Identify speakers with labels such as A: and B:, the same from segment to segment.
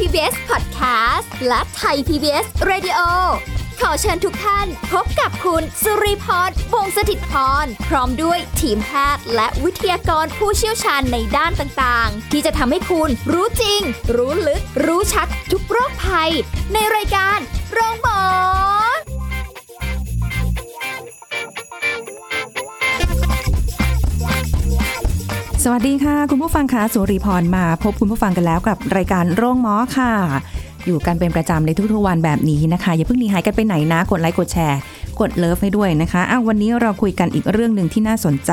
A: PBS Podcast และไทย PBS Radio ขอเชิญทุกท่านพบกับคุณสุริพรวงศสถิตพร พร้อมด้วยทีมแพทย์และวิทยากรผู้เชี่ยวชาญในด้านต่างๆ ที่จะทำให้คุณรู้จริง รู้ลึก รู้ชัดทุกโรคภัย ในรายการโรงพยาบาล
B: สวัสดีค่ะ คุณผู้ฟังคะสุริพรมาพบคุณผู้ฟังกันแล้วกับรายการโรงหมอค่ะ อยู่กันเป็นประจำในทุกๆวันแบบนี้นะคะ อย่าเพิ่งหนีหายกันไปไหนนะ กดไลค์กดแชร์ กดเลิฟให้ด้วยนะคะอ้าววันนี้เราคุยกันอีกเรื่องหนึ่งที่น่าสนใจ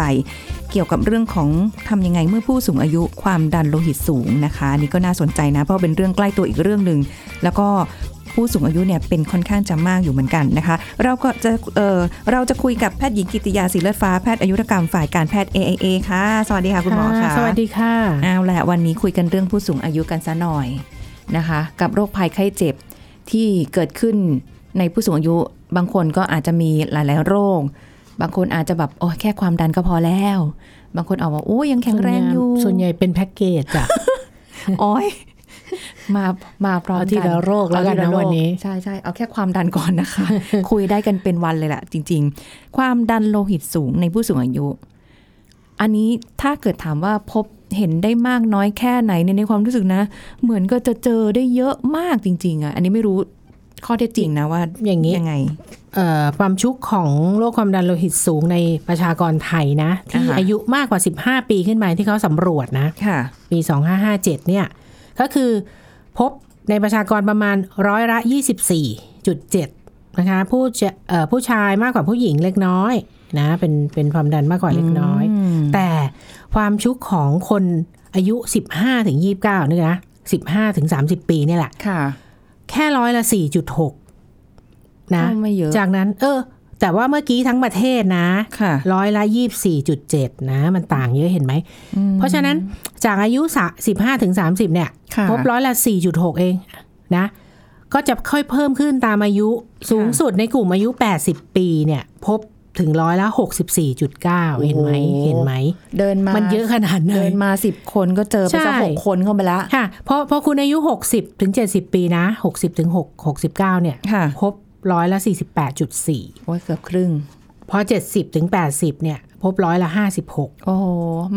B: เกี่ยวกับเรื่องของทำยังไงเมื่อผู้สูงอายุความดันโลหิตสูงนะคะอันนี่ก็น่าสนใจนะ เพราะเป็นเรื่องใกล้ตัวอีกเรื่องหนึ่งแล้วก็ผู้สูงอายุเนี่ยเป็นค่อนข้างจะมากอยู่เหมือนกันนะคะ เราก็จะเออเราจะคุยกับแพทย์หญิงกิติยาศรีเลือดฟ้าแพทย์อายุรกรรมฝ่ายการแพทย์ AIA ค่ะ สวัสดีค่ะคุณหมอค่ะ
C: สวัสดีค่ะ
B: เอาละวันนี้คุยกันเรื่องผู้สูงอายุกันซะหน่อยนะคะ กับโรคภัยไข้เจ็บที่เกิดขึ้นในผู้สูงอายุ บางคนก็อาจจะมีหลาย ๆ โรค บางคนอาจจะแบบโอ้ยแค่ความดันก็พอแล้ว บางคนออกมาโอ้ยยังแข็งแรงอยู่
C: ส่วนใหญ่เป็นแพ็กเกจอะ
B: โอ้ย มามาพร้อมกัน
C: เอาทีละโรคแล้วกัน
B: เอา
C: นะ
B: ทีโรค
C: วันนี้
B: ใช่ใช่เอาแค่ความดันก่อนนะคะ คุยได้กันเป็นวันเลยแหละจริง ๆ ความดันโลหิตสูงในผู้สูงอายุ อันนี้ถ้าเกิดถามว่าพบเห็นได้มากน้อยแค่ไหนในยในความรู้สึกนะ เหมือนก็จะเจอได้เยอะมากจริง ๆอ่ะอันนี้ไม่รู้ข้อเท็จจริงนะว่า
C: อย่างนี้
B: ยังไง
C: เอ่อความชุกของโรคความดันโลหิตสูงในประชากรไทยนะ ที่
B: อ่าฮะ
C: อายุมากกว่า 15 ปีขึ้นไปที่เขาสำรวจนะ
B: ค่ะ
C: ปี 2557 เนี่ย ก็คือพบในประชากรประมาณร้อยละ 24.7 นะคะ ผู้จะเอ่อผู้ชายมากกว่าผู้หญิงเล็กน้อยนะเป็นเป็นความดันมากกว่าเล็กน้อย
B: อืม
C: แต่ความชุกของคนอายุ 15ถึง29นี่นะ15ถึง30 ปีเนี่ยแหละ
B: ค่ะ
C: แค่ร้อยละ 4.6 นะ
B: ก็ไม่เยอะ
C: จากนั้น เออ แต่ว่าเมื่อกี้ทั้งประเทศนะ
B: ค่ะ
C: ร้อยละ 24.7 นะ มันต่างเยอะเห็นไหม
B: อืม
C: เพราะฉะนั้นจากอายุสะ15ถึง30 เนี่ย
B: ค่ะ
C: พบร้อยละ 4.6 เองนะ ก็จะค่อยเพิ่มขึ้นตามอายุสูงสุดในกลุ่มอายุ 80 ปีเนี่ย พบถึงร้อยละ 64.9 เห็นไหมเห็นไหม
B: เดินมา
C: มันเยอะขนาดนั้
B: เดิ
C: น
B: นมาสิบคนก็เจอไป
C: ใช่
B: สักหกคนเข้าไปละ
C: ค่ะพอพอคุณอายุ 60 ถึง 70 ปีนะ 60 ถึง6 69 เนี่ย
B: ค่ะ
C: พบร้อยละ 48.4
B: โอ้ยเกือบครึ่ง
C: พอ 70 ถึง 80 เนี่ย พบร้อยละ 56
B: โอ้โห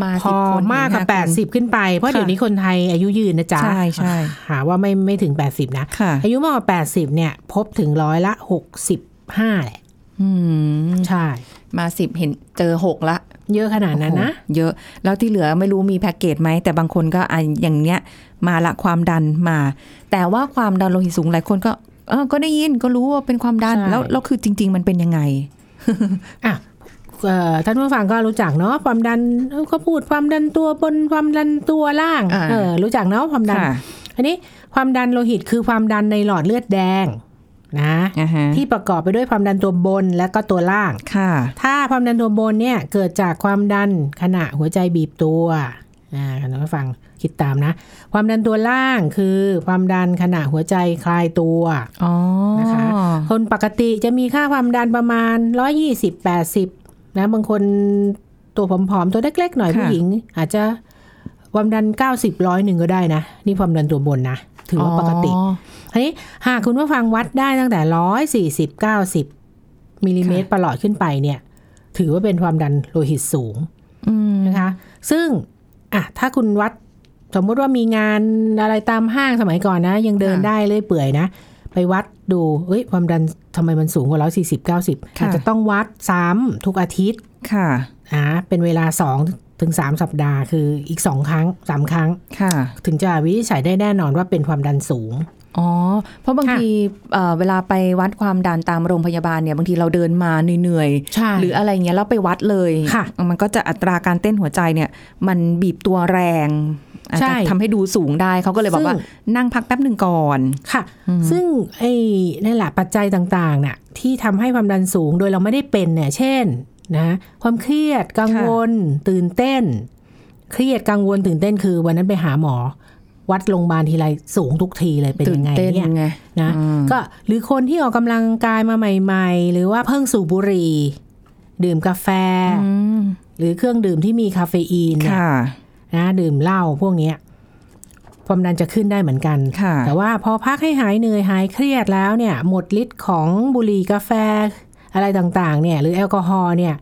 B: มา
C: พ
B: สิ
C: อบ
B: คน
C: มากกว่า
B: เห็นห้คน
C: 80 ขึ้นไป เพราะ
B: ค่ะ
C: เดี๋ยวนี้คนไทยอายุยืนนะจ๊ะ
B: ใช่ใช่
C: หาว่าไม่ไม่ถึง 80 นะ
B: ค่ะ
C: อายุมากกว่า 80 เนี่ย พบถึงร้อยละ 65แหละ
B: อืม
C: ใช่
B: มาสิบเห็นเจอหกละ
C: เยอะขนาดนั้นนะ
B: โอ้โหเยอะแล้วที่เหลือไม่รู้มีแพ็กเกจไหม แต่บางคนก็อะอย่างเนี้ย มาละความดันมา แต่ว่าความดันโลหิตสูงหลายคนก็เออก็ได้ยินก็รู้ว่าเป็นความดัน
C: ใช่
B: แล้วแล้วคือจริง ๆ มันเป็นยังไง
C: อ่ะเอ่อท่านผู้ฟังก็รู้จักเนาะความดันเอ้าก็พูดความดันตัวบนความดันตัวล่าง
B: อ่า
C: เออรู้จักเนาะความดัน
B: ค่ะ
C: อันนี้ความดันโลหิตคือความดันในหลอดเลือดแดงนะ
B: อ่าฮะ
C: ที่ประกอบไปด้วยความดันตัวบนและก็ตัวล่าง
B: ค่ะ
C: ถ้าความดันตัวบนเนี่ยเกิดจากความดันขณะหัวใจบีบตัวอ่าท่านผู้ฟังคิดตามนะ ความดันตัวล่างคือความดันขณะหัวใจคลายตัว
B: อ๋อ
C: นะคะ คนปกติจะมีค่าความดันประมาณ 120 80 นะ บางคนตัวผอมๆ ตัวเล็กๆ หน่อยผู้หญิง อาจจะความดัน 90ร้อยหนึ่งก็ได้นะ นี่ความดันตัวบนนะ ถือว่าปกติ
B: อ๋อ
C: อันนี้หากคุณผู้ฟังวัดได้ตั้งแต่ 140 90มิลลิเมตรประหลอดขึ้นไปเนี่ย ถือว่าเป็นความดันโลหิตสูง
B: อืม
C: นะคะ ซึ่งอ่ะถ้าคุณวัดสมมุติว่ามีงานอะไรตามห้างสมัยก่อนนะ ยังเดิน
B: ค่ะ
C: ได้เรื่อยเปื่อยนะ ไปวัดดูเอ้ยความดันทำไมมันสูงกว่าร้อยสี่สิบเก้าสิบ
B: ค่ะ
C: อาจจะต้องวัดซ้ำทุกอาทิตย์
B: ค่ะ
C: นะเป็นเวลาสองถึงสามสัปดาห์คืออีกสองครั้งสามครั้ง
B: ค่ะ
C: ถึงจะวินิจฉัยได้แน่นอนว่าเป็นความดันสูง
B: อ๋อเพราะบาง
C: ค่ะ
B: ทีเอ่อเวลาไปวัดความดันตามโรงพยาบาลเนี่ยบางทีเราเดินมาเหนื่อยๆ
C: ใช่
B: หรืออะไรเงี้ยแล้วไปวัดเลย
C: ค่ะ
B: มันก็จะอัตราการเต้นหัวใจเนี่ย มันบีบตัวแรงอาจ
C: ใช่
B: จะทำให้ดูสูงได้เขาก็เลยบอกว่า
C: ซึ่
B: นั่งพักแป๊บหนึ่งก่อน
C: ค่ะ ซึ่งไอ้นั่นแหละปัจจัยต่างๆน่ะที่ทำให้ความดันสูงโดยเราไม่ได้เป็นเนี่ย เช่นนะความเครียดกังวล ตื่นเต้น เครียดกังวลตื่นเต้นคือ วันนั้นไปหาหมอ วัดโรงพยาบาลทีไรสูงทุกทีเลยเป็น
B: ตื่
C: ยั
B: น
C: งไง
B: เต้น
C: เนี่ย
B: ไง
C: นะ
B: อืม
C: ก็หรือคนที่ออกกำลังกายมาใหม่ๆ หรือว่าเพิ่งสูบบุหรี่ ดื่มกาแฟ
B: อืม
C: หรือเครื่องดื่มที่มีคาเฟอีนเนี่ย
B: ค่ะ
C: นะดื่มเหล้าพวกเนี้ย ความดันจะขึ้นได้เหมือนกัน
B: ค่ะ
C: แต่ว่าพอพักให้หายเหนื่อยหายเครียดแล้วเนี่ย หมดฤทธิ์ของบุหรี่กาแฟ อะไรต่างๆเนี่ยหรือแอลกอฮอล์เนี่ย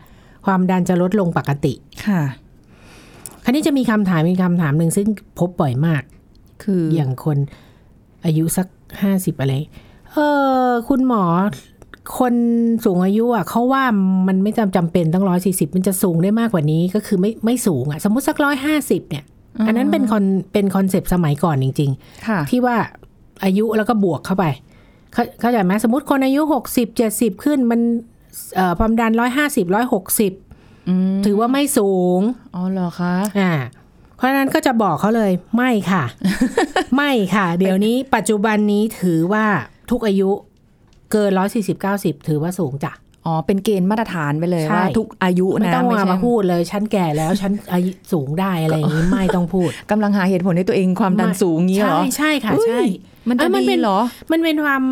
C: ความดันจะลดลงปกติ
B: ค่ะ
C: คราวนี้จะมีคำถามมีกคำถามหนึ่งซึ่งพบบ่อยมาก
B: คืออ
C: อย่างคนอายุสักห้าสิบอะไร เออ คุณหมอ คนสูงอายุอ่ะเขาว่ามันไม่จำจำเป็นต้องร้อยสี่สิบมันจะสูงได้มากกว่านี้ก็คือไม่ไม่สูงอ่ะ สมมติสักร้อยห้าสิบเนี่ย อันนั้นเป็นคอนเป็นคอนเซปต์สมัยก่อนจริง
B: ค่ะ
C: ๆ ที่ว่าอายุแล้วก็บวกเข้าไป เข้าเข้าใจไหมสมมติคนอายุหกสิบเจ็ดสิบขึ้นมันเอ่อความดันร้อยห้าสิบร้อยหกสิบ
B: อืม
C: ถือว่าไม่สูง
B: อ๋อเหรอคะ
C: อ่า เพราะฉะนั้นก็จะบอกเขาเลยไม่ค่ะ ไม่ค่ะ เดี๋ยวนี้ปัจจุบันนี้ถือว่าทุกอายุเกินร้อยสี่สิบเก้าสิบถือว่าสูงจ้ะ
B: อ๋อเป็นเกณฑ์มาตรฐานไปเลย
C: ใช่
B: ว่าทุกอายุ
C: ไม่
B: นะ
C: ต้องมา
B: ไใช่
C: มาพูดเลย ฉันแก่แล้ว ฉันอายุสูงได้อะไรอย่างนี้ ไม่ต้องพูด
B: กำลังหาเหตุผลในตัวเองความดัน
C: ไม่
B: สูงเงี้ยเหร
C: ใช่
B: อ
C: ใช่ค่ะ
B: อุ๊ย
C: ใช่
B: มัน
C: เอ้
B: จะ
C: ยมันเป็
B: ดี
C: น
B: เหรอ
C: มันเป็นความ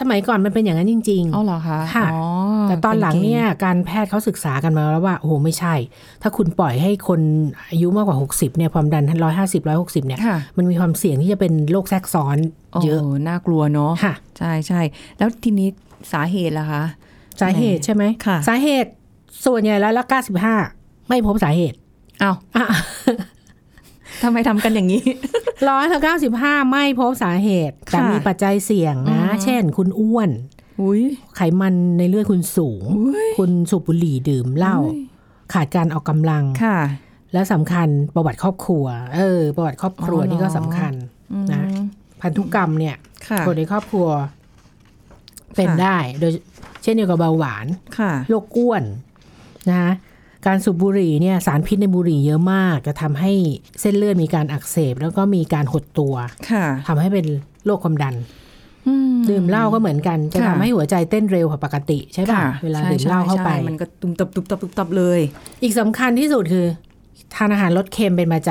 C: สมัยก่อนมันเป็นอย่างนั้นจริง
B: อ๋อเหรอคะ
C: ค่ะ
B: อ๋อ
C: ๆ แต่ตอนหลังเนี่ย
B: ป็กณฑ์
C: การแพทย์เขาศึกษากันมาแล้วว่าโอ้โหไม่ใช่ ถ้าคุณปล่อยให้คนอายุมากกว่า 60เนี่ยความดันร้อยห้าสิบร้อยหกสิบเนี่ย
B: ค่ะ
C: มันมีความเสี่ยงที่จะเป็นโรคแทรกซ้อนเยอะ
B: โน่ากลัวเนาะ
C: ค่ะ
B: ใช่ใช่แล้วทีนี้สาเหตุล่ะคะ
C: สาเหตุใช่ไหม
B: ค่ะ
C: สาเหตุส่วนใหญ่แล้วละเก้าสิบห้าไม่พบสาเหตุ
B: อ้าว
C: อ่ะ
B: ทำไมทำกันอย่างนี้
C: ร้อยละเก้าสิบห้าไม่พบสาเหตุ แต่
B: ค่ะ
C: มีปัจจัยเสี่ยงนะ
B: อืม
C: เช่น คุณ อ้วน
B: อุ้ย
C: ไขมันในเลือดคุณสูง
B: อุ๊ย
C: คุณสูบบุหรี่ดื่มเหล้าขาดการออกกำลัง
B: ค่ะ
C: และสำคัญประวัติครอบครัว เออ ประวัติครอบครัว
B: อ๋อเหรอ
C: นี่ก็สำคัญ
B: อืม
C: นะ พันธุกรรมเนี่ย
B: ค่ะ
C: คนในครอบครัว เป็น
B: ค่ะ
C: ได้ โดยเช่นเดียวกับเบาหวาน
B: ค่ะ
C: โรคอ้วนนะคะการสูบบุหรี่เนี่ยสารพิษในบุหรี่เยอะมาก จะทำให้เส้นเลือดมีการอักเสบ แล้วก็มีการหดตัว
B: ค่ะ
C: ทำให้เป็นโรคความดัน
B: อืม
C: ดื่มเหล้าก็เหมือนกัน จะ
B: ค่ะ
C: ทำให้หัวใจเต้นเร็วกว่าปกติใช่ป่ะ
B: ค่ะ
C: เวลา
B: ใช่
C: ดื่มเหล้าเข้าไป
B: ใช่ใช่มันก็ตุมตับตุบตับตุบตับเลย
C: อีกสำคัญที่สุดคือ ทานอาหารลดเค็มเป็นประจ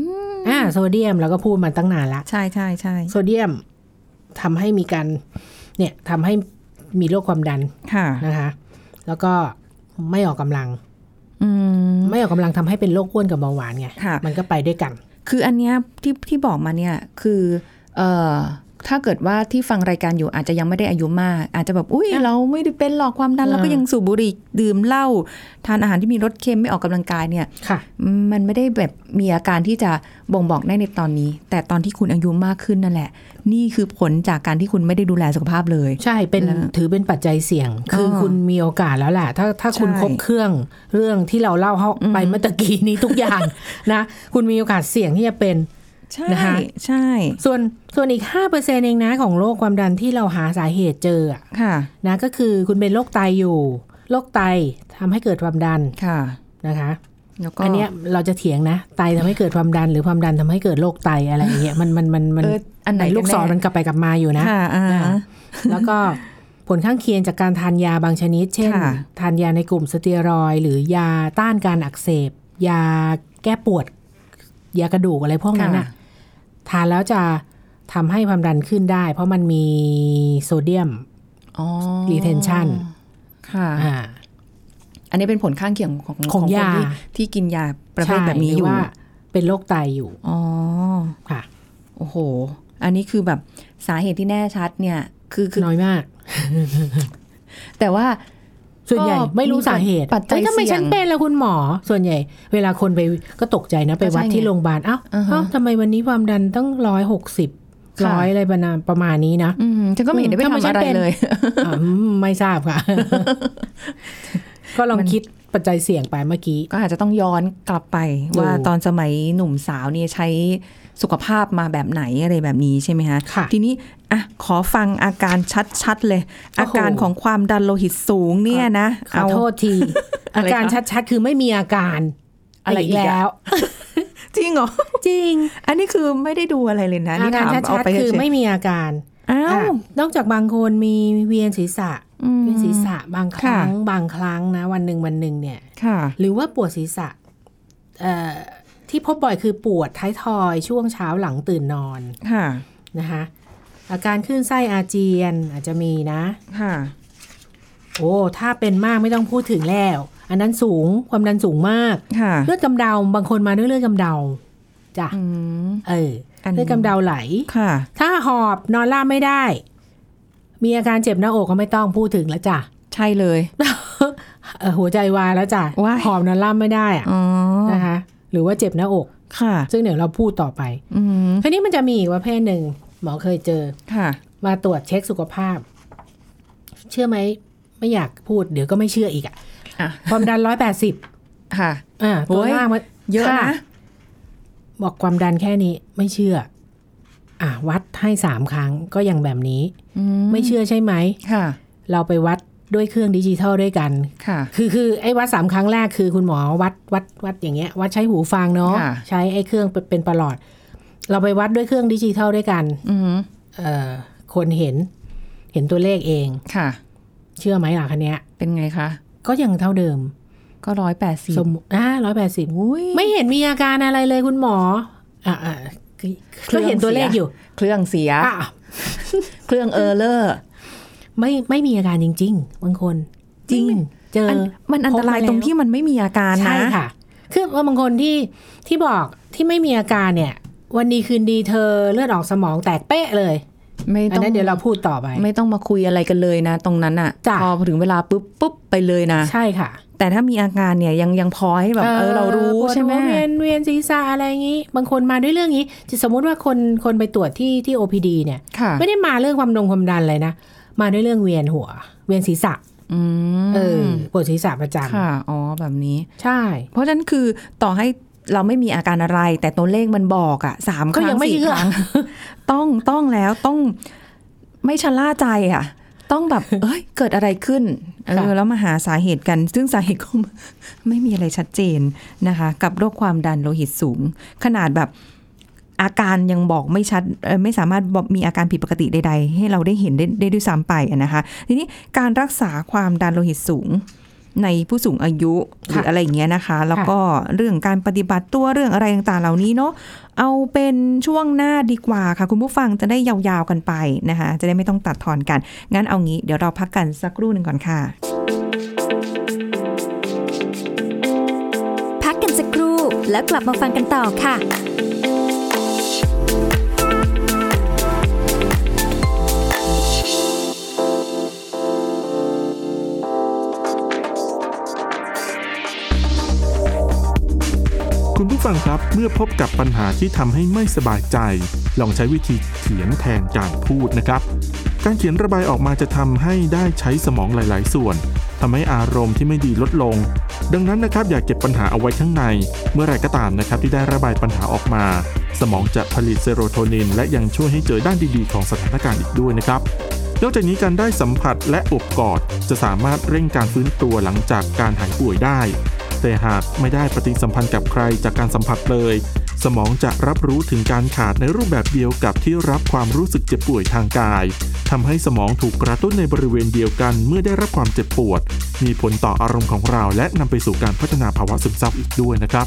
C: ำอ่าโซเดียมเราก็พูดมาตั้งนานละ
B: ใช่ใช่ใช่
C: โซเดียมทำให้มีการเนี่ยทำให้มีโรคความดัน
B: ค่ะ
C: นะคะ แล้วก็ไม่ออกกำลัง
B: อืม
C: ไม่ออกกำลังทำให้เป็นโรคอ้วนกับเบาหวานไง
B: ค่ะ
C: มันก็ไปด้วยกัน
B: คืออันเนี้ยที่ที่บอกมาเนี่ยคือเอ่อถ้าเกิดว่าที่ฟังรายการอยู่อาจจะยังไม่ได้อายุมาก อาจจะแบบอุ้ยเราไม่ได้เป็นหรอกความดันเราก็
C: อ่ายั
B: ยังสูบบุหรี่ดื่มเหล้าทานอาหารที่มีรสเค็มไม่ออกกำลังกายเนี่ย
C: ค่ะ
B: มันไม่ได้แบบมีอาการที่จะบ่งบอกได้ในตอนนี้ แต่ตอนที่คุณอายุมากขึ้นนั่นแหละ นี่คือผลจากการที่คุณไม่ได้ดูแลสุขภาพเลย
C: ใช่ เป็น
B: แล้ว
C: ถือเป็นปัจจัยเสี่ยง คืออ
B: อ
C: คุณมีโอกาสแล้วแหละ ถ้าถ้าคุณ
B: ใช่
C: ครบเครื่องเรื่องที่เราเล่าเขา
B: อืม
C: ไปเมื่อตะกี้นี้ทุก อย่าง นะ คุณมีโอกาสเสี่ยงที่จะเป็น
B: ใช่
C: นะคะ
B: ใช่
C: ส่วนส่วนอีก 5%เองนะของโรคความดันที่เราหาสาเหตุเจออะ
B: ค่ะ
C: นะ ก็คือคุณเป็นโรคไตอยู่ โรคไตทำให้เกิดความดัน
B: ค่ะ
C: นะคะ
B: แล้วก็
C: อันเนี้ยเราจะเถียงนะ ไตทำให้เกิดความดัน หรือความดันทำให้เกิดโรคไตอะไรอย่างเงี้ย มันมันมันมัน
B: เอออันไหน
C: ไอ้ลูกศรมันกลับไปกลับมาอยู่นะ
B: นะค่ะอ่า
C: อ่า แล้วก็ผลข้างเคียงจากการทานยาบางชนิด เช่น
B: ค่ะ
C: ทานยาในกลุ่มสเตียรอยด์หรือยาต้านการอักเสบ ยาแก้ปวด ยากระดูกอะไรพวกนั้น
B: ค่ะ
C: น่ะทานแล้วจะทำให้ความดันขึ้นได้ เพราะมันมีโซเดียม
B: อ๋อ
C: retention
B: ค่ะ
C: อ่า
B: อันนี้เป็นผลข้างเคียงของ
C: ของยา
B: คนที่ที่กินยาประเภท
C: ใช่
B: แบบนี้อ
C: หรื
B: ยู่
C: ว่าเป็นโรคไตอยู่
B: อ๋อ
C: ค่ะ
B: โอ้โห อันนี้คือแบบสาเหตุที่แน่ชัดเนี่ย คือคือ
C: น้อยมาก
B: แต่ว่า
C: ส่วนใหญ่
B: ก็
C: ไม่รู้สาเหตุ
B: ปัจจัย
C: อ้ทำไม
B: เสี่ยง
C: ฉันเป็นละคุณหมอ ส่วนใหญ่ เวลาคนไปก็ตกใจนะ ไปวัด
B: ก็ใช่ไง
C: ที่โรงพยาบาลเอ้า
B: อ่าฮะ
C: เอ้าทำไมวันนี้ความดันตั้งร้อยหกสิบ
B: ค่ะ
C: ร้อยอะไรประมาณประมาณนี้นะ
B: อืมฉันก็ไม่เห็นได้ไป
C: ทำไม
B: ทำ
C: ฉั
B: อะ
C: น
B: ไร
C: เป็น
B: เลย
C: อ่ะอืมไม่ทราบค่ะ ก็ลอง
B: มัน
C: คิดปัจจัยเสี่ยงไปเมื่อกี้
B: ก็อาจจะต้องย้อนกลับไป
C: ถูก
B: ว่าตอนสมัยหนุ่มสาวเนี่ยใช้สุขภาพมาแบบไหนอะไรแบบนี้ใช่ไหมคะ
C: ค่ะ
B: ทีนี้อ่ะขอฟังอาการชัดๆเลย อาการของความดันโลหิตสูงเนี่ยนะ
C: ขอ
B: เา
C: โทษที
B: อะ
C: อา
B: ไรคะ
C: การชัดๆ คือไม่มีอาการ
B: อะไรอีกอะ
C: แล้ว
B: จริงเหรอ
C: จริง
B: อันนี้คือไม่ได้ดูอะไรเลยนะ
C: อา
B: นี่
C: การ
B: ถาม
C: ชั
B: เอา
C: ด
B: ไป
C: ๆ คือ
B: เฉย
C: ไม่มีอาการ
B: ๆอ้า
C: อ่ะ
B: วน
C: อกจากบางคนมีเวียนศีรษะ
B: อืม
C: เป็นศีรษะบางครั้ง
B: ค่ะ
C: บางครั้งนะ วันหนึ่งวันหนึ่งเนี่ย
B: ค่ะ
C: หรือว่าปวดศีรษะเอ่อที่พบบ่อยคือปวดท้ายทอยช่วงเช้าหลังตื่นนอน
B: ค่ะ
C: นะคะอาการคลื่นไส้อาเจียนอาจจะมีนะ
B: ค่ะ
C: โอ้ถ้าเป็นมากไม่ต้องพูดถึงแล้ว อันนั้นสูงความดันสูงมาก
B: ค่ะ
C: เลือดกำเดาบางคนมาด้วยเลือดกำเดา จ้ะ
B: อืม
C: เอออน
B: นี้
C: เลือดกำเดาไหล
B: ค่ะ
C: ถ้าหอบนอนราบไม่ได้ มีอาการเจ็บหน้าอกก็ไม่ต้องพูดถึงแล้วจ้ะ
B: ใช่เลย
C: เออหัวใจวายแล้วจ้ะ
B: ว้าย
C: หอบนอนราบไม่ได้อะ
B: อ๋อ
C: นะคะ หรือว่าเจ็บหน้าอก
B: ค่ะ
C: ซึ่งเดี๋ยวเราพูดต่อไป
B: อืม
C: ทีนี้มันจะมีอีกประเภทหนึ่งหมอเคยเจอ
B: ค่ะ
C: มาตรวจเช็คสุขภาพ เชื่อไหมไม่อยากพูดเดี๋ยวก็ไม่เชื่ออีกอะ
B: อ่ะ
C: ความดันร้อยแปดสิบ
B: ค่ะ
C: อ่าตัว
B: โอ้ย
C: ล่างมัน
B: เยอะ
C: ค่
B: นะ
C: บอกความดันแค่นี้ไม่เชื่อ อ่ะวัดให้สามครั้งก็ยังแบบนี้
B: อื
C: ไม่เชื่อใช่ไหม
B: ค่ะ
C: เราไปวัดด้วยเครื่องดิจิทัลด้วยกัน
B: ค่ะ
C: คือคือไอ้วัดสามครั้งแรกคือคุณหมอวัดวัดวัดอย่างเงี้ย วัดใช้หูฟังเนาะ
B: ค่ะ
C: ใช้ไอ้เครื่องเป็นเป็นประหลอด เราไปวัดด้วยเครื่องดิจิทัลด้วยกัน
B: อืม
C: เอ่อคนเห็น เห็นตัวเลขเอง
B: ค่ะ
C: เชื่อไหมล่ะคันเนี้ย
B: เป็นไงคะ
C: ก็ยังเท่าเดิม
B: ก็ร้อยแปดสิบ
C: สมมุติอ่าร้อยแปดสิบ
B: อุ้ย
C: ไม่เห็นมีอาการอะไรเลยคุณหมอ อ่าอ่าคือ
B: เครื่
C: ก็
B: อง
C: เห็นตัวเลขอยู่
B: เครื่องเสีย
C: อ่ะ
B: เครื่องเออร์เลอร์
C: ไม่ไม่มีอาการจริง ๆ บางคน จริง เจอ
B: มันอันตรายตรงที่มันไม่มีอาการนะ
C: ใช่ค่ะ คือว่าบางคนที่ที่บอกที่ไม่มีอาการเนี่ย วันดีคืนดีเธอเลือดออกสมองแตกเป๊ะเลย
B: ไม่
C: อัน
B: ต้อง
C: นั้นเดี๋ยวเราพูดต่อไป
B: ไม่ต้องมาคุยอะไรกันเลยนะ ตรงนั้นอ่ะ
C: จ้ะ
B: พอถึงเวลาปุ๊บปุ๊บไปเลยนะ
C: ใช่ค่ะ
B: แต่ถ้ามีอาการเนี่ยยังยังพอให้แบบเออเรารู้
C: ปวดหัว
B: ใช่ไหม
C: เวียนเวียนศีรษะอะไรอย่างนี้ บางคนมาด้วยเรื่องนี้จะสมมุติว่าคนคนไปตรวจที่ที่ OPD เนี่ย
B: ค่ะ
C: ไม่ได้มาเรื่องความดงความดันเลยนะ มาด้วยเรื่องเวียนหัว เวียนศีรษะ
B: อืม
C: เออปวดศีรษะประจ
B: ค่ะ อ๋อแบบนี้
C: ำใช่
B: เพราะฉะนั้นคือต่อให้เราไม่มีอาการอะไร แต่ตัวเลขมันบอกอะสามค
C: ก็
B: รั้
C: ยัง งไม่
B: สี่
C: เชื่
B: ค
C: อ
B: รั้ง ต้องต้องแล้วต้องไม่ชะล่าใจอะต้องแบบ เอ้ย เกิดอะไรขึ้นเออแล้วมาหาสาเหตุกัน ซึ่งสาเหตุก็ ไม่มีอะไรชัดเจนนะคะ กับโรคความดันโลหิตสูง ขนาดแบบอาการยังบอกไม่ชัดเอ่อไม่สามารถบอกมีอาการผิดปกติใด ๆ ให้เราได้เห็นได้ได้ด้วยซ้ำไปอะนะคะ ทีนี้การรักษาความดันโลหิตสูง ในผู้สูงอายุหรืออะไรอย่างเงี้ยนะคะ แล้วก็เรื่องการปฏิบัติตัวเรื่องอะไรต่างๆ เหล่านี้เนาะเอาเป็นช่วงหน้าดีกว่าค่ะ คุณผู้ฟังจะได้ยาวๆกันไปนะคะ จะได้ไม่ต้องตัดทอนกัน งั้นเอางี้เดี๋ยวเราพักกันสักครู่หนึ่งก่อนค่ะ
A: พักกันสักครู่แล้วกลับมาฟังกันต่อค่ะ
D: คุณผู้ฟังครับเมื่อพบกับปัญหาที่ทำให้ไม่สบายใจ ลองใช้วิธีเขียนแทนการพูดนะครับ การเขียนระบายออกมาจะทำให้ได้ใช้สมองหลาย ๆ ส่วนทำให้อารมณ์ที่ไม่ดีลดลง ดังนั้นนะครับอย่าเก็บปัญหาเอาไว้ข้างใน เมื่อไหรก็ตามนะครับที่ได้ระบายปัญหาออกมา สมองจะผลิตเซโรโทนิน และยังช่วยให้เจอด้านดี ๆ ของสถานการณ์อีกด้วยนะครับ นอกจากนี้การได้สัมผัสและอบกอด จะสามารถเร่งการฟื้นตัวหลังจากการหายป่วยได้ แต่หากไม่ได้ปฏิสัมพันธ์กับใครจากการสัมผัสเลย สมองจะรับรู้ถึงการขาดในรูปแบบเดียวกับที่รับความรู้สึกเจ็บป่วยทางกายทำให้สมองถูกกระตุ้นในบริเวณเดียวกัน เมื่อได้รับความเจ็บปวด มีผลต่ออารมณ์ของเราและนำไปสู่การพัฒนาภาวะซึมเศร้าอีกด้วยนะครับ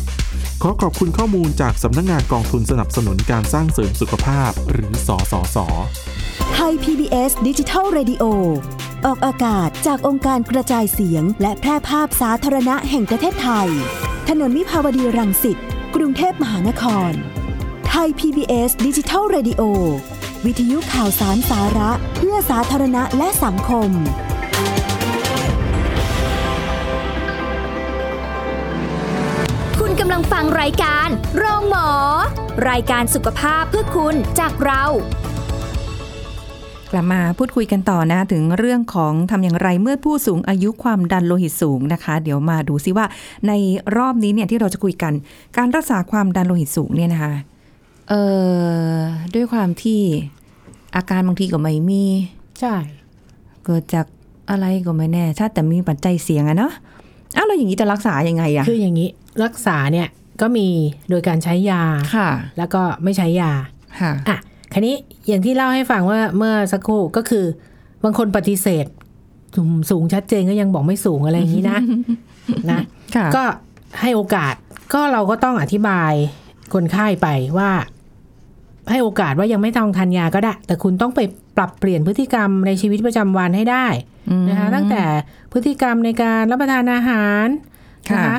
D: ขอขอบคุณข้อมูลจากสำนักงานกองทุนสนับสนุนการสร้างเสริมสุขภาพ หรือสสส
E: ไทย PBS ดิจิทัล Radio ออกอากาศจากองค์การกระจายเสียง และแพร่ภาพสาธารณะแห่งประเทศไทย ถนนมิภาวดีรังสิต กรุงเทพมหานคร ไทย PBS ดิจิทัล Radio วิทยุข่าวสารสาระ เพื่อสาธารณะและสังคม
A: คุณกำลังฟังรายการโรงหมอ รายการสุขภาพเพื่อคุณจากเรา
B: กลับมาพูดคุยกันต่อนะถึงเรื่องของทำอย่างไรเมื่อผู้สูงอายุความดันโลหิตสูงนะคะ เดี๋ยวมาดูซิว่าในรอบนี้เนี่ยที่เราจะคุยกัน การรักษาความดันโลหิตสูงเนี่ยนะคะเอ่อด้วยความที่อาการบางทีก็ไม่มี
C: ใช่
B: เกิดจากอะไรก็ไม่แน่ชัดแต่มีปัจจัยเสี่ยงอะเนาะอ้าวแล้วอย่างนี้จะรักษายังไงอะ
C: คืออย่างนี้ รักษาเนี่ยก็มีโดยการใช้ยา
B: ค่ะ
C: แล้วก็ไม่ใช้ยา
B: ค่ะ
C: อ่ะคันนี้อย่างที่เล่าให้ฟังว่าเมื่อสักครู่ก็คือ บางคนปฏิเสธสูงสูงชัดเจนก็ยังบอกไม่สูงอะไรอย่างนี้ นะ นะ
B: ค่ะ
C: ก็ให้โอกาสก็เราก็ต้องอธิบายคนไข้ไปว่า ให้โอกาสว่ายังไม่ต้องทานยาก็ได้ แต่คุณต้องไปปรับเปลี่ยนพฤติกรรมในชีวิตประจำวันให้ได้
B: อืม
C: นะคะ ตั้งแต่พฤติกรรมในการรับประทานอาหาร
B: ค่ะ
C: นะคะ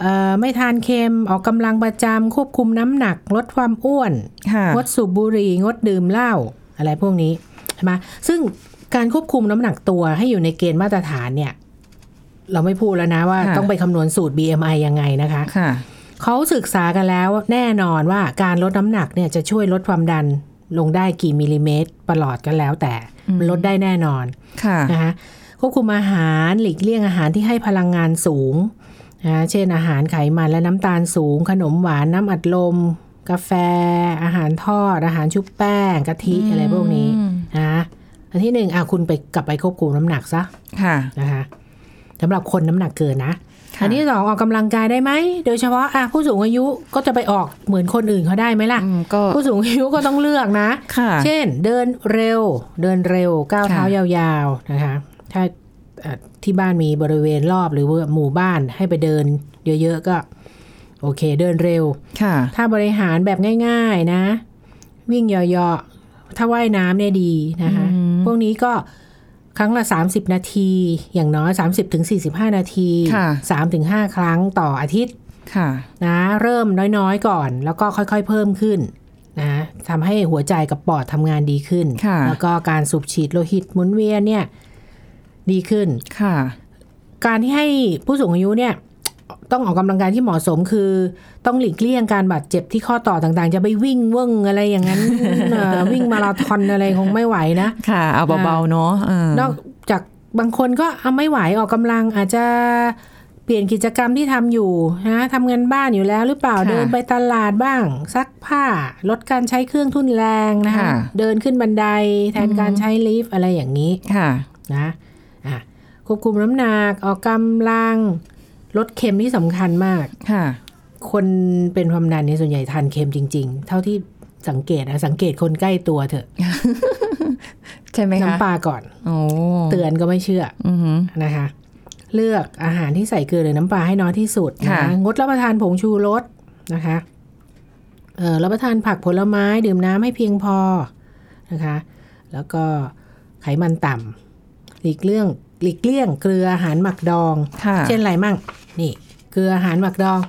C: เอ่อไม่ทานเค็มออกกำลังประจำควบคุมน้ำหนัก ลดความอ้วน
B: ค่ะ
C: งดสูบบุหรี่ งดดื่มเหล้าอะไรพวกนี้ใช่ไหมซึ่งการควบคุมน้ำหนักตัวให้อยู่ในเกณฑ์มาตรฐานเนี่ย เราไม่พูดแล้วนะว่า
B: ค่ะ
C: ต้องไปคำนวณสูตร BMI ยังไงนะคะ
B: ค่ะ
C: เขาศึกษากันแล้วแน่นอนว่าการลดน้ำหนักเนี่ยจะช่วยลดความดันลงได้กี่มิลลิเมตรประหลอดกันแล้วแต่มันลดได้แน่นอน
B: ค่ะ
C: นะคะควบคุมอาหารหลีกเลี่ยงอาหารที่ให้พลังงานสูงนะคะเช่นอาหารไขมันและน้ำตาลสูง ขนมหวานน้ำอัดลม กาแฟ อาหารทอด อาหารชุบแป้งกะทิ
B: อืม
C: อะไรพวกนี้นะคะอันที่หนึ่งอ่ะคุณไปกลับไปควบคุมน้ำหนักซะ
B: ค่ะ
C: นะคะสำหรับคนน้ำหนักเกินนะ
B: ค่ะ
C: อันที่สองออกกำลังกายได้ไหมโดยเฉพาะอ่ะผู้สูงอายุก็จะไปออกเหมือนคนอื่นเขาได้ไหมล่ะ
B: อืมก็
C: ผู้สูงอายุก็ต้องเลือกนะ
B: ค่ะ
C: เช่นเดินเร็วเดินเร็วก้าวเท้า
B: ค่ะ
C: ยาวๆนะคะถ้าเอ่อที่บ้านมีบริเวณรอบหรือว่าหมู่บ้านให้ไปเดินเยอะๆก็โอเคเดินเร็ว
B: ค่ะ
C: ถ้าบริหารแบบง่ายๆนะ วิ่งเหยาะๆถ้าว่ายน้ำเนี่ยดีนะคะ
B: อืม
C: พวกนี้ก็ครั้งละ 30 นาที อย่างน้อย 30-45 นาที3-5 ครั้งต่ออาทิตย์
B: ค่ะ
C: นะเริ่มน้อยๆก่อน แล้วก็ค่อยๆเพิ่มขึ้นนะทำให้หัวใจกับปอดทำงานดีขึ้น
B: ค่ะ
C: แล้วก็การสูบฉีดโลหิตหมุนเวียนเนี่ยดีขึ้น
B: ค่ะ
C: การที่ให้ผู้สูงอายุเนี่ยต้องออกกำลังกายที่เหมาะสมคือ ต้องหลีกเลี่ยงการบาดเจ็บที่ข้อต่อต่างๆ จะไปวิ่งเว่งอะไรอย่างนั้น เอ่อวิ่งมาราธอนอะไรคงไม่ไหวนะ
B: ค่ะ เอาเบาๆเนาะเออน
C: อกจากบางคนก็เอาไม่ไหวออกกำลังอาจจะเปลี่ยนกิจกรรมที่ทำอยู่นะทำงานบ้านอยู่แล้วหรือเปล่าเดินไปตลาดบ้าง ซักผ้า ลดการใช้เครื่องทุนแรงนะคะ
B: ค่ะ
C: เดินขึ้นบันไดแทนการใช้ลิฟต์อะไรอย่างนี้
B: ค่ะ
C: นะอ่ะควบคุมน้ำหนักออกกำลัง ลดเค็มที่สำคัญมาก
B: ค่ะ
C: คนเป็นความดันเนี่ยส่วนใหญ่ทานเค็มจริง ๆ เท่าที่สังเกตนะสังเกตคนใกล้ตัวเถอะ
B: ใช่ไหมคะ
C: น้ำปลาก่อน
B: โอ้
C: เตือนก็ไม่เชื่อ
B: อือหือ
C: นะคะเลือกอาหารที่ใส่เกลือหรือน้ำปลาให้น้อยที่สุด
B: ค่ะ
C: นะงดรับประทานผงชูรสนะคะเอ่อรับประทานผักผลไม้ดื่มน้ำให้เพียงพอนะคะ แล้วก็ไขมันต่ำหลีกเลี่ยงหลีกเลี่ยงเกลืออาหารหมักดอง
B: ค่ะ
C: เช่นอะไรมั่งนี่เกลืออาหารหมักดอง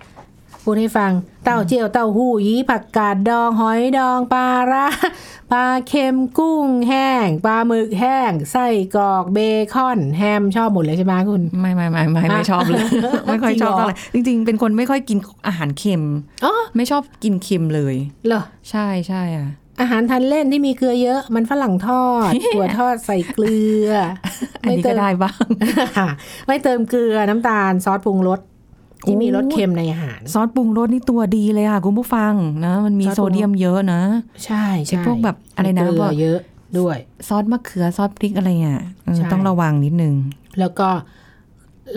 C: พูดให้ฟังเต้าเจี้ยวเต้าหู้ยี้ผักกาดดอง หอยดองปลาร้า ปลาเค็มกุ้งแห้งปลาหมึกแห้ง ไส้กรอกเบคอน แฮมชอบหมดเลยใช่ไหมคุณ
B: ไม่ไม่ไม่ ไม่ไม่ชอบเลย ไม่ค่อยชอบ
C: จริงเหรอ
B: เท่าไหร่จริง ๆ เป็นคนไม่ค่อยกินอาหารเค็ม
C: อ๋อ
B: ไม่ชอบกินเค็มเลย
C: เหรอ
B: ใช่ใช่อ่ะ
C: อาหารทานเล่นที่มีเกลือเยอะ มันฝรั่งทอ ด ถั่วทอดใส่เกลือ
B: อันนี้ก็ได้บ้าง
C: ค่ะ ไม่เติมเกลือน้ำตาลซอสปรุงรสที่มีรสเค็มในอาหาร
B: ซอสปรุงรสนี่ตัวดีเลยค่ะคุณผู้ฟังนะ มันมี
C: ซอส
B: โซ
C: ปรุงรส
B: เดียมเยอะนะ
C: ใช่ใช่
B: ไอ้พวกแบบอะไรนะ
C: มีเกลื
B: บอ
C: อก เยอะด้วย
B: ซอสมะเขือซอสพริกอะไรอ่ะเออ
C: ใช่
B: ต้องระวังนิดนึง
C: แล้วก็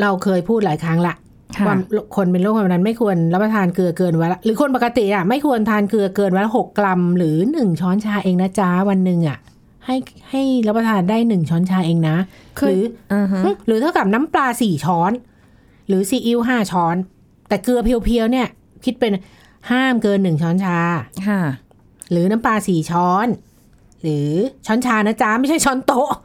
C: เราเคยพูดหลายครั้งละ
B: ค่ะ
C: ว่าคนเป็นโรคความดันไม่ควรรับประทานเกลือเกินวันละหรือคนปกติอ่ะไม่ควรทานเกลือเกินวันละหกกรัม หรือหนึ่งช้อนชาเองนะจ๊ะวันหนึ่งอ่ะ ให้ให้รับประทานได้หนึ่งช้อนชาเองนะ หรือ
B: อ่าฮะ
C: หึหรือเท่ากับน้ำปลาสี่ช้อน หรือซีอิ๊วห้าช้อน แต่เกลือเพียวๆเนี่ย คิดเป็นห้ามเกินหนึ่งช้อนชา
B: ค่ะ
C: หรือน้ำปลาสี่ช้อน หรือช้อนชานะจ๊ะไม่ใช่ช้อนโต๊ะ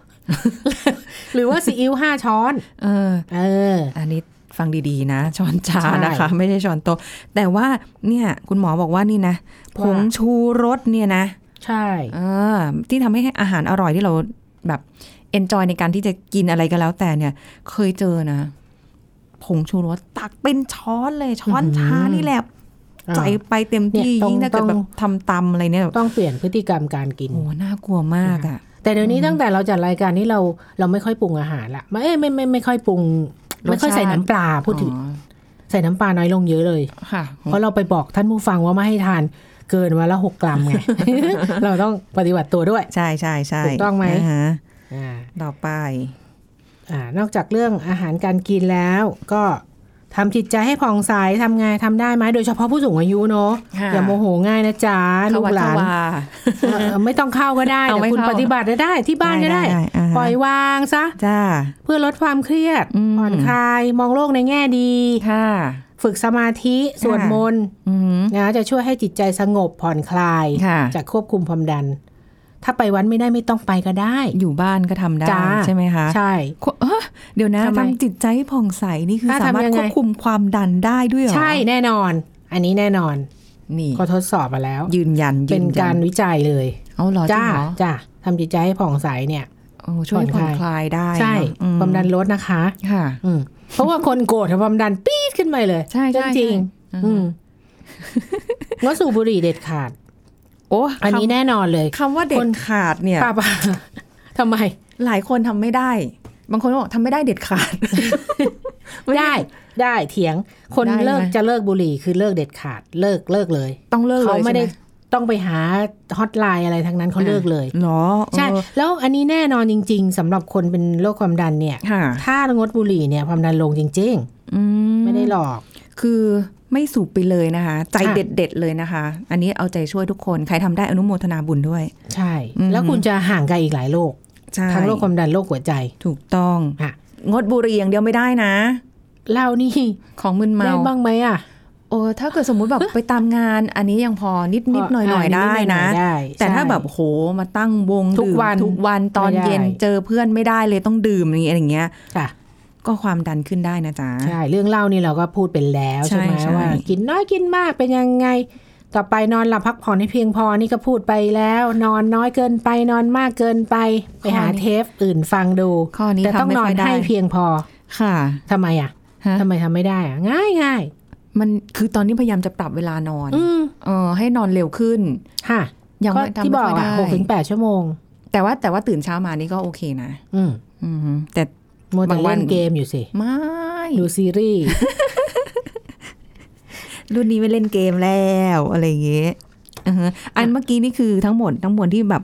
C: หรือว่าซีอิ๊วห้าช้อน
B: เออ
C: เออ
B: อันนี้ฟังดีๆ นะ ช้อนชา
C: ใช่
B: นะคะ ไม่ใช่ช้อนโตะแต่ว่าเนี่ย คุณหมอบอกว่านี่นะผ
C: ว่า
B: งชูรสเนี่ยนะ
C: ใช่
B: เออที่ทำให้อาหารอร่อยที่เราแบบเอนจอยในการที่จะกินอะไรก็แล้วแต่เนี่ย เคยเจอนะผงชูรสตักเป็นช้อนเลยช้อน
C: อื้อหือ
B: ชานี่แหละ
C: อ่า
B: ใจไปเต็มที่
C: เนี่ย
B: ยิ่งถ้า
C: ต้อง
B: เกิด
C: ต้อง
B: แบบทำตำอะไรเนี่ย
C: ต้องเปลี่ยนพฤติกรรมการกิน
B: โอ้น่ากลัวมากอ่ะ
C: แต่เดี๋ยวนี้ตั้งแต่เราจัดรายการนี้เราเราไม่ค่อยปรุงอาหารละไม่เอ้ยไม่ไม่ไม่ค่อยปรุง
B: รสชาติ
C: ไม่ค่อยใส่น้ำปลาพูดถึง
B: อ๋อ
C: ใส่น้ำปลาน้อยลงเยอะเลย
B: ค่ะ
C: เพราะเราไปบอกท่านผู้ฟังว่าไม่ให้ทานเกินวันละหกกรัมไง เราต้องปฏิบัติตัวด้วย
B: ใช่ใช่ใช่
C: ถูกต้องไหม
B: นะฮะ
C: อ่า
B: ต่อไป
C: อ่านอกจากเรื่องอาหารการกินแล้วก็ทำจิตใจให้ผ่องใสทำไงทำได้ไหมโดยเฉพาะผู้สูงอายุเนาะ
B: ค่ะ
C: อย่าโมโหง่ายนะจ๊ะลูกหลาน
B: เข้วัดเข้ว
C: เออไม่ต้องเข้าก็ได้
B: เอา
C: แต่
B: ไม่
C: คุณ
B: เข้า
C: ปฏิบัติได้ ที่บ้าน
B: ได้
C: ก็ได้
B: ได้อ่าฮะ
C: ปล่อยวางซะ
B: จ้า
C: เพื่อลดความเครียด
B: อืม
C: ผ่อนคลาย มองโลกในแง่ดี
B: ค่ะ
C: ฝึกสมาธิสวดมนต์
B: อืม
C: นะจะช่วยให้จิตใจสงบผ่อนคลาย
B: ค่ะ
C: จะควบคุมความดัน ถ้าไปวัดไม่ได้ไม่ต้องไปก็ได้
B: อยู่บ้านก็ทำได้
C: จ้า
B: ใช่ไหมคะ
C: ใช่
B: ควเอ้อเดี๋ยวนะ
C: ทำไม
B: ทำจิตใจให้ผ่องใสนี่คือ
C: ถ้า
B: สามารถ
C: ทำยัง
B: ค
C: ไง
B: วบคุมความดันได้ด้วยเหรอ
C: ใช่แน่นอน อันนี้แน่นอน
B: นี่
C: ก็ทดสอบมาแล้ว
B: ยืนยันยื
C: เป็น
B: ยั
C: การวิจัยเลย
B: เอาเหรอจริ
C: จ้าง
B: เหรอ
C: จ้าทำจิตใจให้ผ่องใสเนี่ย
B: โอ้ช่วย
C: ผ่
B: ผ่
C: อ
B: อนน
C: คลาย
B: คลายได้
C: ใช่
B: อื
C: ความดันลดนะคะ
B: ค่ะ
C: อืมเพราะว่าคนโกรธความดันปี๊ดขึ้นมาเลย
B: ใช่ใช่
C: เรื่องจริง
B: ใช่
C: อืมงดสูบบุหรี่เด็ดขาด
B: โอ้
C: อันนี้
B: คำ
C: แน่นอนเลย
B: คำว่าเด็
C: ค
B: ด
C: น
B: ขาดเนี่ย
C: ป้าป้าทำไม
B: หลายคนทำไม่ได้ บางคนบอกทำไม่ได้เด็ดขาด
C: ได้ได้เถียง คน
B: ได้ไหม
C: เลิกจะเลิกบุหรี่คือเลิกเด็ดขาด เลิกเลิกเลย
B: ต้องเลิกเล
C: เขา
B: ย
C: ไม่
B: ใช่
C: ได้
B: ได้
C: ต้องไปหาฮอตไลน์อะไรทั้งนั้นเขาเลิกเลย
B: หรอ
C: ใช่
B: เออ
C: แล้วอันนี้แน่นอนจริง ๆสำหรับคนเป็นโรคความดันเนี่ย
B: ค่ะ
C: ถ้างดบุหรี่เนี่ยความดันลงจริง
B: อื
C: ๆ ไม่ได้หลอก
B: คือไม่สูบไปเลยนะคะ ใจ
C: ค่ะ
B: เด็ดๆเลยนะคะ อันนี้เอาใจช่วยทุกคนใครทำได้อนุโมทนาบุญด้วย
C: ใช่
B: อืม
C: แล้วคุณจะห่างไกลอีกหลายโรค
B: ใช่
C: ทั้งโรคความดันโรคหัวใจ
B: ถูกต้อง
C: อ่ะ
B: งดบุหรี่อย่างเดียวไม่ได้นะ
C: เหล้านี่
B: ของมึนเมา
C: ได้บ้างไหมอ่ะ
B: โอ้ถ้าเกิดสมมุติแบบ ไปตามงานอันนี้ยังพอนิดๆหน่อยๆได้นะ
C: ได้
B: แต่ถ้าแบบโหมาตั้งวง
C: ทุก
B: ดื่ม
C: วัน
B: ทุกวันตอน
C: ไม่ได้
B: เย็นเจอเพื่อนไม่ได้เลยต้องดื่มอย่างเงี้ยอย่างเงี้ย
C: จ้ะ
B: ก็ความดันขึ้นได้นะจ๊ะ
C: ใช่เรื่องเหล้านี่เราก็พูดเป็นแล้วใช่ไหม
B: ใช่ใช่
C: ว่า กินน้อยกินมากเป็นยังไง ต่อไปนอนหลับพักผ่อนให้เพียงพอนี่ก็พูดไปแล้ว นอนน้อยเกินไปนอนมากเกินไป ไปหาเทปอื่นฟังดู
B: ข้อนี้
C: แต่
B: ทำ
C: ต้อง
B: ไม่
C: นอ
B: ค่อ
C: น
B: ยได้
C: ให้เพียงพอ
B: ค่ะ
C: ทำไมอ่ะ
B: ฮะ
C: ทำไมทำไม่ได้อ่ะ ง่ายง่าย
B: มันคือตอนนี้พยายามจะปรับเวลานอน
C: ๆอืม
B: เออให้นอนเร็วขึ้น
C: ค่ะ
B: ยัง
C: ก็
B: ไม่ทำ
C: ที่บ
B: ไม่
C: อก
B: ค่อย
C: อ่ะ
B: ได้
C: หกถึงแปดชั่วโมง
B: แต่ว่าแต่ว่าตื่นเช้ามานี่ก็โอเคนะ
C: อืม
B: อืมแต่
C: มัวแต่
B: บางวั
C: เล่
B: น
C: นเกมอยู่สิ
B: ไม่
C: ดูซีรีส์
B: รุ่นนี้ไม่เล่นเกมแล้วอะไรอย่างเงี้ยอือฮึอันเมื่อกี้นี่คือทั้งหมดทั้งมวลที่แบบ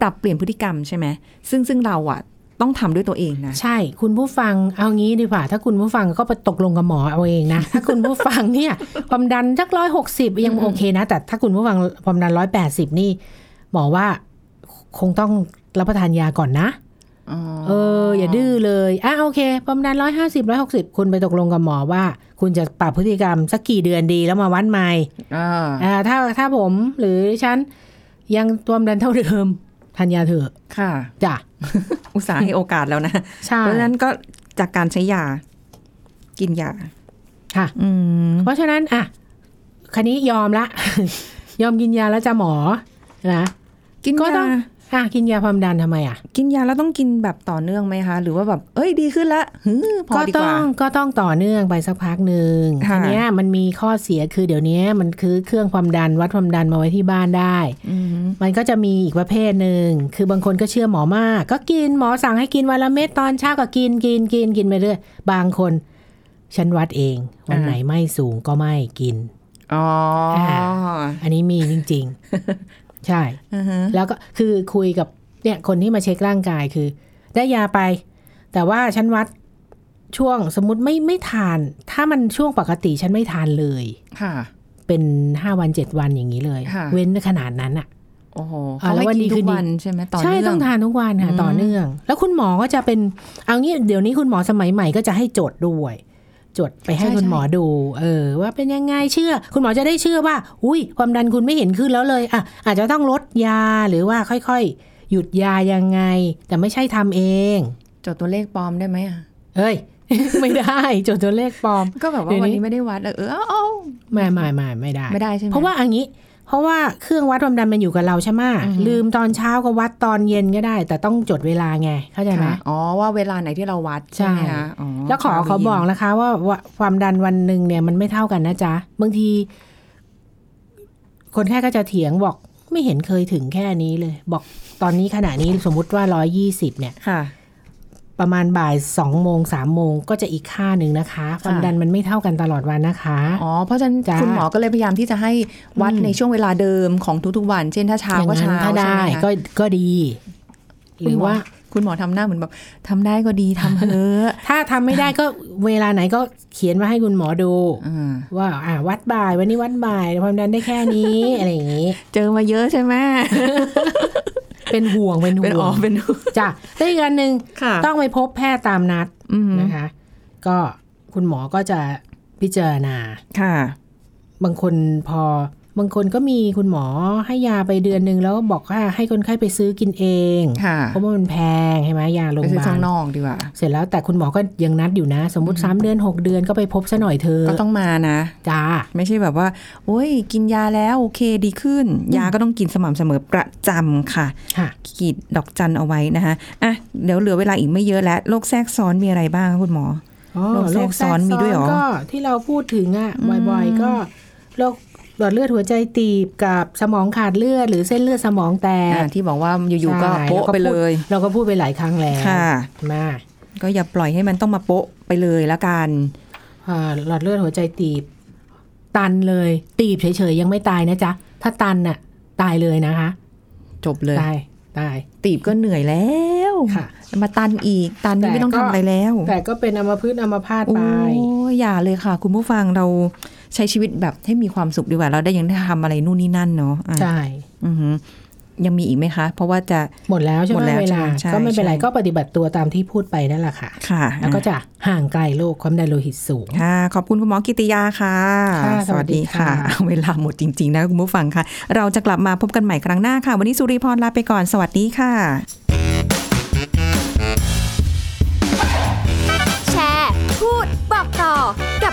B: ปรับเปลี่ยนพฤติกรรมใช่ไหมซึ่งซึ่งเราอ่ะต้องทำด้วยตัวเองนะ
C: ใช่ คุณผู้ฟังเอางี้ดีกว่า ถ้าคุณผู้ฟังก็ไปตกลงกับหมอเอาเองนะ ถ้าคุณผู้ฟังเนี่ยความดันสักร้อยหกสิบยังโอเคนะ แต่ถ้าคุณผู้ฟังความดันร้อยแปดสิบนี่หมอว่าคงต้องรับประทานยาก่อนนะ เออ อย่าดื้อเลยอ่ะโอเคความดันร้อยห้าสิบร้อยหกสิบคุณไปตกลงกับหมอว่า คุณจะปรับพฤติกรรมสักกี่เดือนดีแล้วมาวัดใหม่อ่าถ้าถ้าผมหรือฉันยังความดันเท่าเดิม ทานยาเถอะ
B: ค่ะ
C: จ้ะ
B: อุตส่าห์ให้โอกาสแล้วนะ
C: ใช่
B: เพราะฉะนั้นก็จากการใช้ยา กินยา
C: ค่ะ
B: อืม
C: เพราะฉะนั้นอ่ะคันนี้ยอมละ ยอมกินยาแล้วจะหมอนะ
B: กิน
C: ก็ต้อย
B: าง
C: อ่ะกินยาความดันทำไมอ่ะ
B: กินยาแล้วต้องกินแบบต่อเนื่องไหมคะ หรือว่าแบบ เอ้ยดีขึ้นละหือพอ
C: ก็
B: ดี
C: ต้
B: ก
C: อ
B: ว่า
C: งก็ต้องต่อเนื่องไปสักพักหนึ่ง
B: ค่ะ
C: ทีเนี้ยมันมีข้อเสียคือเดี๋ยวนี้มันคือเครื่องความดันวัดความดันมาไว้ที่บ้านได้
B: อืม
C: มันก็จะมีอีกประเภทหนึ่งคือบางคนก็เชื่อหมอมาก ก็กินหมอสั่งให้กินวันละเม็ดตอนเช้าก็กินกินกินกินไปเรื่อยบางคนฉันวัดเองวันไหนไม่สูงก็ไม่กิน
B: อ๋ออา
C: อันนี้มีจริง ๆ ใช่
B: อือฮึ
C: แล้วก็คือคุยกับเนี่ยคนที่มาเช็คร่างกายคือ ได้ยาไป แต่ว่าฉันวัดช่วงสมมติไม่ไม่ทาน ถ้ามันช่วงปกติฉันไม่ทานเลย
B: ค่ะ
C: เป็นห้าวันเจ็ดวันอย่างนี้เลย
B: ค่ะ
C: เว้นขนาดนั้นอ่ะ
B: โอ้โห
C: อ่ะ
B: เขา
C: แล้ว
B: ให้
C: วัน
B: กิ
C: ดี
B: น
C: คื
B: ทุ
C: น
B: ก
C: ดี
B: วันใช่ไหมต่อ
C: ใช่
B: เนื่อง
C: ต้องทานทุกวันค่ะ
B: อืม
C: ต่อเนื่อง แล้วคุณหมอก็จะเป็นเอางี้เดี๋ยวนี้คุณหมอสมัยใหม่ก็จะให้จดด้วย จดไปให้คุณหมอดู เออ ว่าเป็นยังไงเชื่อ คุณหมอจะได้เชื่อว่า อุ้ยความดันคุณไม่เห็นขึ้นแล้วเลยอ่ะอาจจะต้องลดยาหรือว่าค่อยๆ หยุดยายังไง แต่ไม่ใช่ทำเอง
B: จดตัวเลขปลอมได้ไหมอ่ะ
C: เอ้ย ไม่ได้จดตัวเลขปลอม
B: ก็แบบว่า
C: เดี๋ย
B: วัน
C: วนี้
B: นี้ไม่ได้วัดเลยเออเอาเอา
C: ไม่ไม่ไม่ไม่ได้
B: ไม่ได้ใช่ไหม
C: เพราะว่าอันนี้ เพราะว่าเครื่องวัดความดันมันอยู่กับเราใช่ไหม
B: อือฮึ
C: ลืมตอนเช้าก็วัดตอนเย็นก็ได้ แต่ต้องจดเวลาไงเข้าใจไหม
B: ค่ะอ๋อว่าเวลาไหนที่เราวัดใช่ไหม
C: ใช่
B: คะอ๋อ
C: แล้วขอ
B: เช้า
C: ขอ
B: เย็น
C: บอกนะคะว่าว่าความดันวันหนึ่งเนี่ยมันไม่เท่ากันนะจ๊ะ บางที คนแค่ก็จะเถียงบอกไม่เห็นเคยถึงแค่นี้เลย บอกตอนนี้ขณะนี้สมมุติว่าร้อยี่สิบเนี่ย
B: ค่ะ
C: ประมาณบ่ายสองโมงสามโมงก็จะอีกค่าหนึ่งนะคะ ความดันมันไม่เท่ากันตลอดวันนะคะ
B: อ๋อ เพราะฉะนั้น
C: จ้ะ
B: คุณหมอก็เลยพยายามที่จะให้วัด
C: อืม
B: ในช่วงเวลาเดิมของทุกๆวัน เช่นถ้าเช้า
C: อย่าง
B: ก็
C: นั้น
B: เช้า
C: ถ้าได้
B: ใช่หมคะ
C: ก็ก็ดี ห
B: คุ
C: รื
B: ณ
C: อ
B: ม
C: ว่า
B: คุณหมอทำหน้าเหมือนแบบทำได้ก็ดีทำเถ อะ
C: ถ้าทำไม่ได้ก็เวลาไหนก็เขียนมาให้คุณหมอดู
B: อ่า
C: ว่าอ่ะวัดบ่าย วันนี้วัดบ่ายความดันได้แค่นี้ อะไรอย่างนี้
B: เจอมาเยอะใช่ไหม
C: เป็นห่วงเป็น
B: เป็น
C: ห่
B: อ๋
C: ว
B: อง เป็น
C: จ้ะได้วอีกอันหนึ่ง
B: ค่ะ
C: ต้องไปพบแพทย์ตามนัด
B: อืม
C: นะคะ ก็คุณหมอก็จะพิจารณา
B: ค่ะ
C: บางคนพอ บางคนก็มีคุณหมอให้ยาไปเดือนหนึ่งแล้วบอกว่าให้คนไข้ไปซื้อกินเอง
B: ค่ะ
C: เพราะว่ามันแพงใช่ไหมยาโรง
B: ไปซื้อย
C: พา
B: ข้างน
C: บาล
B: อกดีกว่า
C: เสร็จแล้วแต่คุณหมอก็ยังนัดอยู่นะ สมมติ 3 เดือน 6 เดือนก็ไปพบซะหน่อยเธอะ
B: ก็ต้องมานะ
C: จ้า
B: ไม่ใช่แบบว่า โอ้ย กินยาแล้ว โอเคดีขึ้น ยาก็ต้องกินสม่ำเสมอประจำค่ะ
C: ค่ะ
B: ขีดดอกจันเอาไว้นะคะอ่ะเดี๋ยวเหลือเวลาอีกไม่เยอะแล้วโรคแทรกซ้อนมีอะไรบ้างคะคุณหมอ
C: อ๋อ
B: โรคแทรกซ้อนมีด้วยเหรอ
C: ก็ที่เราพูดถึงอ่ะบ่อยๆ ก็โรคหลอดเลือดหัวใจตีบกับสมองขาดเลือด หรือเส้นเลือดสมองแตก
B: ะที่บอกว่าอยู่ๆก็
C: ใช่
B: โป๊ะไปเลย
C: เราก็พูดไปหลายครั้งแล้ว
B: ค่ะ
C: มา
B: ก็อย่าปล่อยให้มันต้องมาโป๊ะไปเลยละกัน
C: อ่าหลอดเลือดหัวใจตีบ ตันเลย ตีบเฉยๆ ยังไม่ตายนะจ๊ะ ถ้าตันน่ะ ตายเลยนะคะ
B: จบเลย
C: ตายตาย
B: ตีบก็เหนื่อยแล้ว
C: ค่ะ
B: มาตันอีกตันนี่ไม่ต้องทำอะไรแล้ว
C: แต่ก็เป็นอัมพฤกษ์อัมพาต
B: โอ้
C: ไป
B: ยอย่าเลยค่ะ คุณผู้ฟังเราใช้ชีวิตแบบให้มีความสุขดีกว่าเราได้ยังได้ทำอะไรนู่นนี่นั่นเนาะอ่ะ
C: ใช่
B: อือหือยังมีอีกไหมคะ เพราะว่าจะ
C: หมดแล้วใช่ไห
B: ห
C: ม
B: มดแล้ว
C: เวลา
B: ใช่
C: ก็ไม่เป็นไร
B: ใช่
C: ก็ปฏิบัติตัวตามที่พูดไปนั่นแหละค่ะ
B: ค่ะ
C: แล้วก็จะห่างไกลโรคความดันโลหิตสูง
B: ค่ะขอบคุณคุณหมอกิติยาค่ะ
C: ค่ะสวัสดีค่ะ
B: เวลาหมดจริง ๆ นะคุณผู้ฟังค่ะ เราจะกลับมาพบกันใหม่ครั้งหน้าค่ะ วันนี้สุริพรลาไปก่อน สวัสดีค่ะ
A: แชร์ พูด บอกต่อ กับ